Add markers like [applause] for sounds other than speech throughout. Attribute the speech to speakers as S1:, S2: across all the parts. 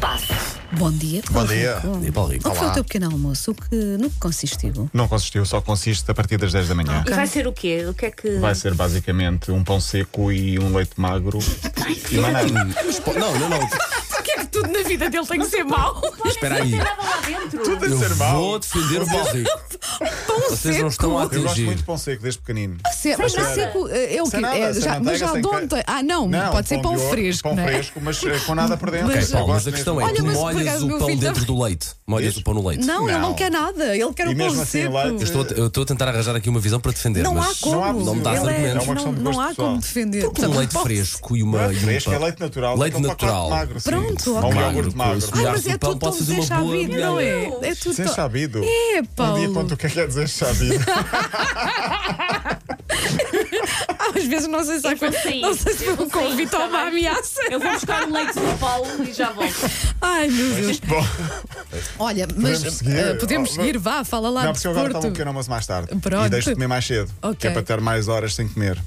S1: Passo.
S2: Bom dia.
S3: Bom dia.
S2: Paulo Rico.
S4: Bom dia, Paulo Rico.
S2: Qual foi
S3: Olá.
S2: o teu pequeno almoço? O que, no que consistiu?
S4: Não consistiu, só consiste a partir das 10 da manhã.
S1: E vai ser o quê? O que é que.
S4: Vai ser basicamente um pão seco e um leite magro e mais nada.
S3: Mas po- Não, não, não.
S1: Porquê é que tudo na vida dele tem que ser mau?
S4: Espera aí.
S1: Não tem nada lá dentro.
S4: [laughs] Tudo
S3: Eu
S4: a ser
S3: vou
S4: mau.
S3: defender o Paulo Rico. Vocês não estão
S4: Eu
S3: a
S4: gosto muito
S3: atingir.
S4: de pão seco desde pequenino.
S2: Se- mas não
S4: nada.
S2: seco é o quê?
S4: Sem nada,
S2: É,
S4: sem
S2: já- mas
S4: manteiga,
S2: já
S4: sem
S2: de
S4: ca-
S2: ontem. Ah, não, pode ser
S4: de
S2: pão
S4: ouro,
S2: fresco.
S4: Pão
S2: não é?
S4: fresco, mas eh, com nada por dentro.
S2: Mas-
S4: Eu
S2: Ok, Paulo,
S4: gosto
S3: Mas a
S4: mesmo.
S3: questão é:
S2: Olha,
S3: tu
S2: mas por
S3: molhas
S2: acaso
S3: o
S2: meu
S3: pão
S2: filho
S3: dentro
S2: também-
S3: do leite. Molhas
S4: Diz?
S3: o pão no leite.
S2: Não, ele não
S4: Não.
S2: quer nada. Ele quer
S4: E
S2: o pão
S4: mesmo assim,
S2: seco.
S4: lá-
S3: Eu estou, eu estou a tentar arranjar aqui uma visão para defender.
S2: Não há
S3: mas
S2: como.
S4: há
S3: não me dá
S2: Ele é-
S3: argumentos. É uma
S2: não
S4: questão de
S2: não
S4: gosto
S2: há
S4: pessoal.
S2: como defender.
S3: um
S2: Também
S3: leite
S2: pode-
S3: fresco e
S4: Não
S3: uma.
S4: é
S3: e um
S4: fresco,
S3: pão.
S4: é leite natural.
S3: Leite
S4: com pacote
S3: natural.
S4: Magro, sim.
S2: Pronto,
S4: Ou
S2: ok.
S4: um
S3: Magro,
S4: iogurte
S3: com
S4: magro.
S3: isso.
S2: Ai,
S3: Molhar
S2: mas
S3: no
S2: é
S3: pão
S2: tudo tão
S3: pode fazer uma boa
S2: desachabido, não é?
S1: Meu
S2: É tudo
S4: Sem
S2: tão...
S4: chabido.
S2: É,
S4: Um dia
S2: Paulo.
S4: quanto o que é que quer dizer [laughs] chabido?
S2: Às vezes não sei se,
S1: Eu vou
S2: foi,
S1: sair.
S2: não sei se
S1: Eu
S2: foi um
S1: vou sair,
S2: convite
S1: tá
S2: ou uma
S1: bem?
S2: ameaça.
S1: Eu vou buscar um leite do Paulo e já volto.
S2: Ai, meu Deus.
S4: Bom,
S2: Olha, mas
S4: Podemos seguir?
S2: eh, podemos
S4: Oh,
S2: seguir, vá, fala lá
S4: não,
S2: de
S4: porque eu agora estava um
S2: desporto.
S4: pequeno almoço mais tarde.
S2: Pronto.
S4: E deixo de comer mais cedo. Que
S2: Ok.
S4: é para ter mais horas sem comer.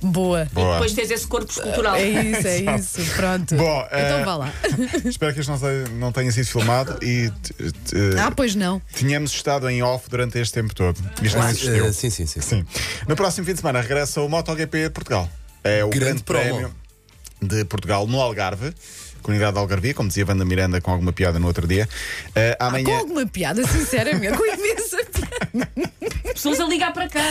S2: Boa.
S4: Boa.
S1: Depois tens esse corpo
S4: [laughs]
S1: escultural.
S2: É isso, é isso, pronto.
S4: Bom,
S2: então
S4: eh,
S2: vá lá.
S1: [laughs]
S4: Espero que isto não tenha, não tenha sido filmado e eh, t- t-
S2: Ah, pois não.
S4: tínhamos estado em off durante este tempo todo. Isto não
S3: Ah,
S4: existiu.
S3: eh, sim, sim, sim.
S4: Sim. No próximo fim de semana regressa o MotoGP de Portugal. É o
S3: Grande
S4: grande,
S3: promo.
S4: prémio de Portugal no Algarve. Comunidade de Algarvia, como dizia Wanda Miranda com alguma piada no outro dia. Eh,
S2: Com
S4: amanhã.
S2: alguma piada, sinceramente, com imensa piada.
S1: Pessoas a ligar para cá.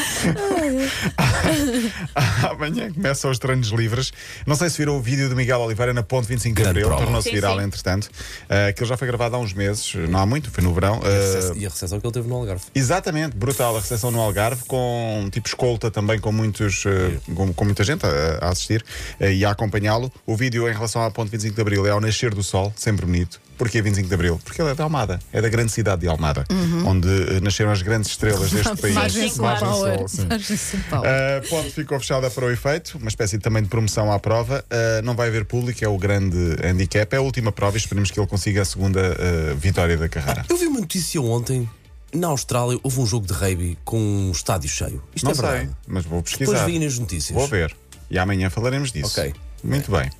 S4: [laughs] Amanhã começam os treinos livres. Não sei se viram o vídeo do Miguel Oliveira na Ponte 25 de
S3: Grande
S4: Abril,
S3: promo.
S4: tornou-se
S1: Sim,
S4: viral,
S1: sim.
S4: entretanto. Eh, Aquilo já foi gravado há uns meses, não há muito, foi no verão. Eh,
S3: E a recepção que ele teve no Algarve.
S4: Exatamente, brutal a recepção no Algarve, com tipo escolta também com muitos eh, com, com muita gente a, a assistir eh, e a acompanhá-lo. O vídeo em relação à ponte 25 de Abril é ao nascer do sol, sempre bonito. Porquê 25 de Abril? Porque ele é de Almada, é da grande cidade de Almada, onde eh, nasceram as grandes estrelas deste país.
S2: Margem São
S1: Margem
S2: Paulo.
S4: sim. Eh,
S2: Margem São Paulo.
S4: A ponte ficou fechada para o efeito, uma espécie também de promoção à prova. Uh, não vai haver público, é o grande handicap. É a última prova e esperemos que ele consiga a segunda uh, vitória da carreira.
S3: Eu vi uma notícia ontem. Na Austrália houve um jogo de rugby com um estádio cheio. Isto é
S4: não sei,
S3: verdade.
S4: mas vou pesquisar.
S3: Depois vi nas notícias.
S4: Vou ver. E amanhã falaremos disso.
S3: Ok.
S4: Muito bem.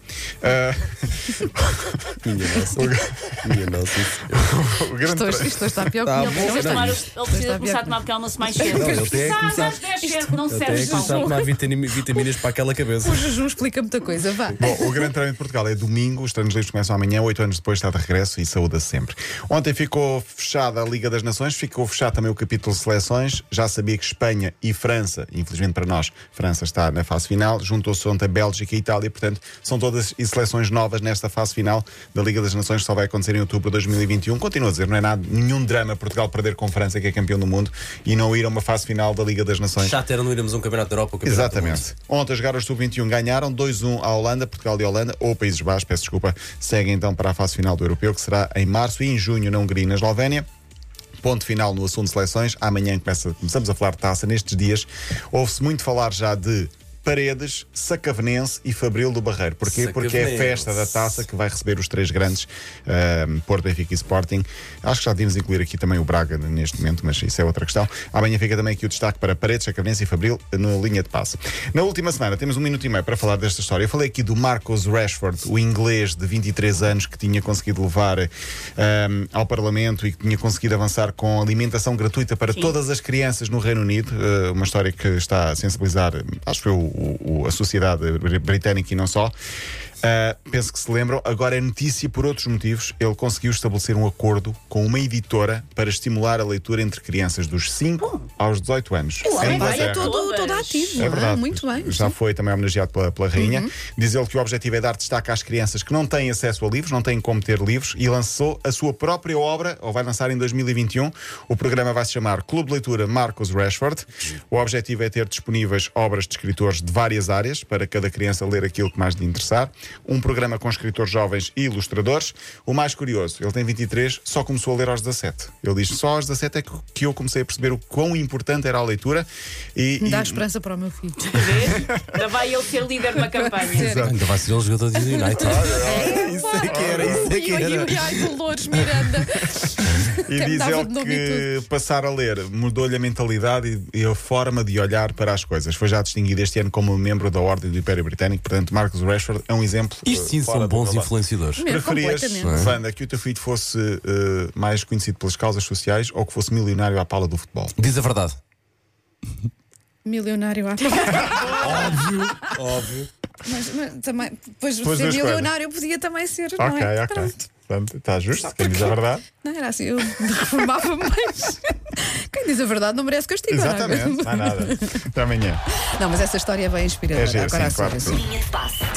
S3: Minha nossa. [laughs] Minha nossa.
S4: Ah, o grande
S2: Estou,
S4: pre-
S2: Então, isto está pior
S3: Tá
S2: que
S3: bom,
S1: Ele precisa,
S3: não,
S1: tomar,
S3: não.
S1: ele precisa começar a tomar pequeno almoço mais cedo.
S3: Não, ele tem que
S1: Começar
S3: começar-
S1: às 10 cedo, não
S3: Até
S1: serve
S3: que começar a
S1: Paulo.
S3: tomar vitami- vitaminas para aquela cabeça.
S2: O jejum explica muita coisa, vá.
S4: Bom, o Grande Prémio de Portugal é domingo, os treinos livres começam amanhã, oito anos depois está de regresso e saúda sempre. Ontem ficou fechada a Liga das Nações, ficou fechado também o capítulo seleções. Já sabia que Espanha e França, infelizmente para nós, França está na fase final, juntou-se ontem Bélgica e Itália, portanto, são todas e seleções novas nesta fase final da Liga das Nações, que só vai acontecer em outubro de 2021. Continuo a dizer, não é nada, nenhum drama Portugal perder com França, que é campeão do mundo, e não ir a uma fase final da Liga das Nações.
S3: Chato era não irmos a um campeonato da Europa. um campeonato do mundo.
S4: Exatamente. Ontem os garotos do 21 ganharam 2-1 à Holanda, Portugal e Holanda, ou Países Baixos, peço desculpa, seguem então para a fase final do Europeu, que será em março e em junho na Hungria e na Eslovénia. Ponto final no assunto de seleções. Amanhã começa- começamos a falar de taça. Nestes dias, ouve-se muito falar já de Paredes, Sacavenense e Fabril do Barreiro. Porquê? Porque é a festa da taça que vai receber os três grandes, ahm, Porto, Benfica e Sporting. Acho que já devíamos incluir aqui também o Braga neste momento, mas isso é outra questão. Amanhã fica também aqui o destaque para Paredes, Sacavenense e Fabril na linha de passe. Na última semana, temos um minuto e meio para falar desta história. Eu falei aqui do Marcos Rashford, o inglês de 23 anos que tinha conseguido levar ahm, ao Parlamento e que tinha conseguido avançar com alimentação gratuita para todas as crianças no Reino Unido. Eh, uma história que está a sensibilizar, acho eu, o- o- a sociedade br- britânica e não só. Ah, penso que se lembram. Agora é notícia por outros motivos. Ele conseguiu estabelecer um acordo com uma editora para estimular a leitura entre crianças dos 5 aos 18 anos.
S1: Olha,
S4: Em
S2: Olha,
S4: Inglaterra.
S1: tu-
S2: todo, todo ativo.
S4: É
S2: ah,
S4: verdade.
S2: muito bem. Uhum.
S4: Já foi também homenageado pela, pela rainha. Diz ele que o objetivo é dar destaque às crianças que não têm acesso a livros, não têm como ter livros, e lançou a sua própria obra, ou vai lançar em 2021. O programa vai se chamar Clube de Leitura Marcos Rashford. O objetivo é ter disponíveis obras de escritores de várias áreas, para cada criança ler aquilo que mais lhe interessar. Um programa com escritores jovens e ilustradores. O mais curioso, ele tem 23, só começou a ler aos 17. Ele diz: só aos 17 é que- que eu comecei a perceber o quão importante era a leitura. E,
S2: Me
S4: e-
S2: dá esperança para o meu filho.
S1: Ainda vai ele ser líder de uma campanha.
S3: [laughs] Ainda vai ser ele jogador de United.
S4: [laughs] É isso.
S3: é que era, isso é que
S2: Ui, ui,
S3: era.
S2: ui, ai, Dolores
S4: [laughs]
S2: Miranda.
S4: E diz
S2: Dava
S4: ele
S2: de nome e
S4: que passar a ler mudou-lhe a mentalidade e, e a forma de olhar para as coisas. Foi já distinguido este ano como membro da Ordem do Império Britânico, portanto, Marcus Rashford é um exemplo.
S3: Isto sim
S4: eh, fora
S3: são
S4: do
S3: bons
S4: normal.
S3: influenciadores. é?
S2: Primeiro,
S4: Preferias, é?
S2: completamente.
S4: Wanda, que o teu filho fosse eh, mais conhecido pelas causas sociais ou que fosse milionário à pala do futebol?
S3: Diz a verdade.
S2: Milionário
S4: [laughs]
S2: à
S3: Óbvio, óbvio.
S2: Mas, mas também, pois
S4: Pois
S2: ser
S4: duas coisas.
S2: milionário podia também ser, não
S4: Ok,
S2: é?
S4: ok.
S2: Pronto.
S4: Portanto, está justo, quem diz a
S2: [laughs]
S4: verdade.
S2: Não era assim, eu
S4: [laughs]
S2: reformava mais. Quem diz a verdade não merece castigo. não é?
S4: Exatamente, não há nada. Até amanhã.
S2: Não, mas essa história é bem inspiradora.
S4: É giro,
S2: Agora
S4: sim,
S2: a assim. sério,
S4: claro.
S2: sim.
S5: Linha de passe.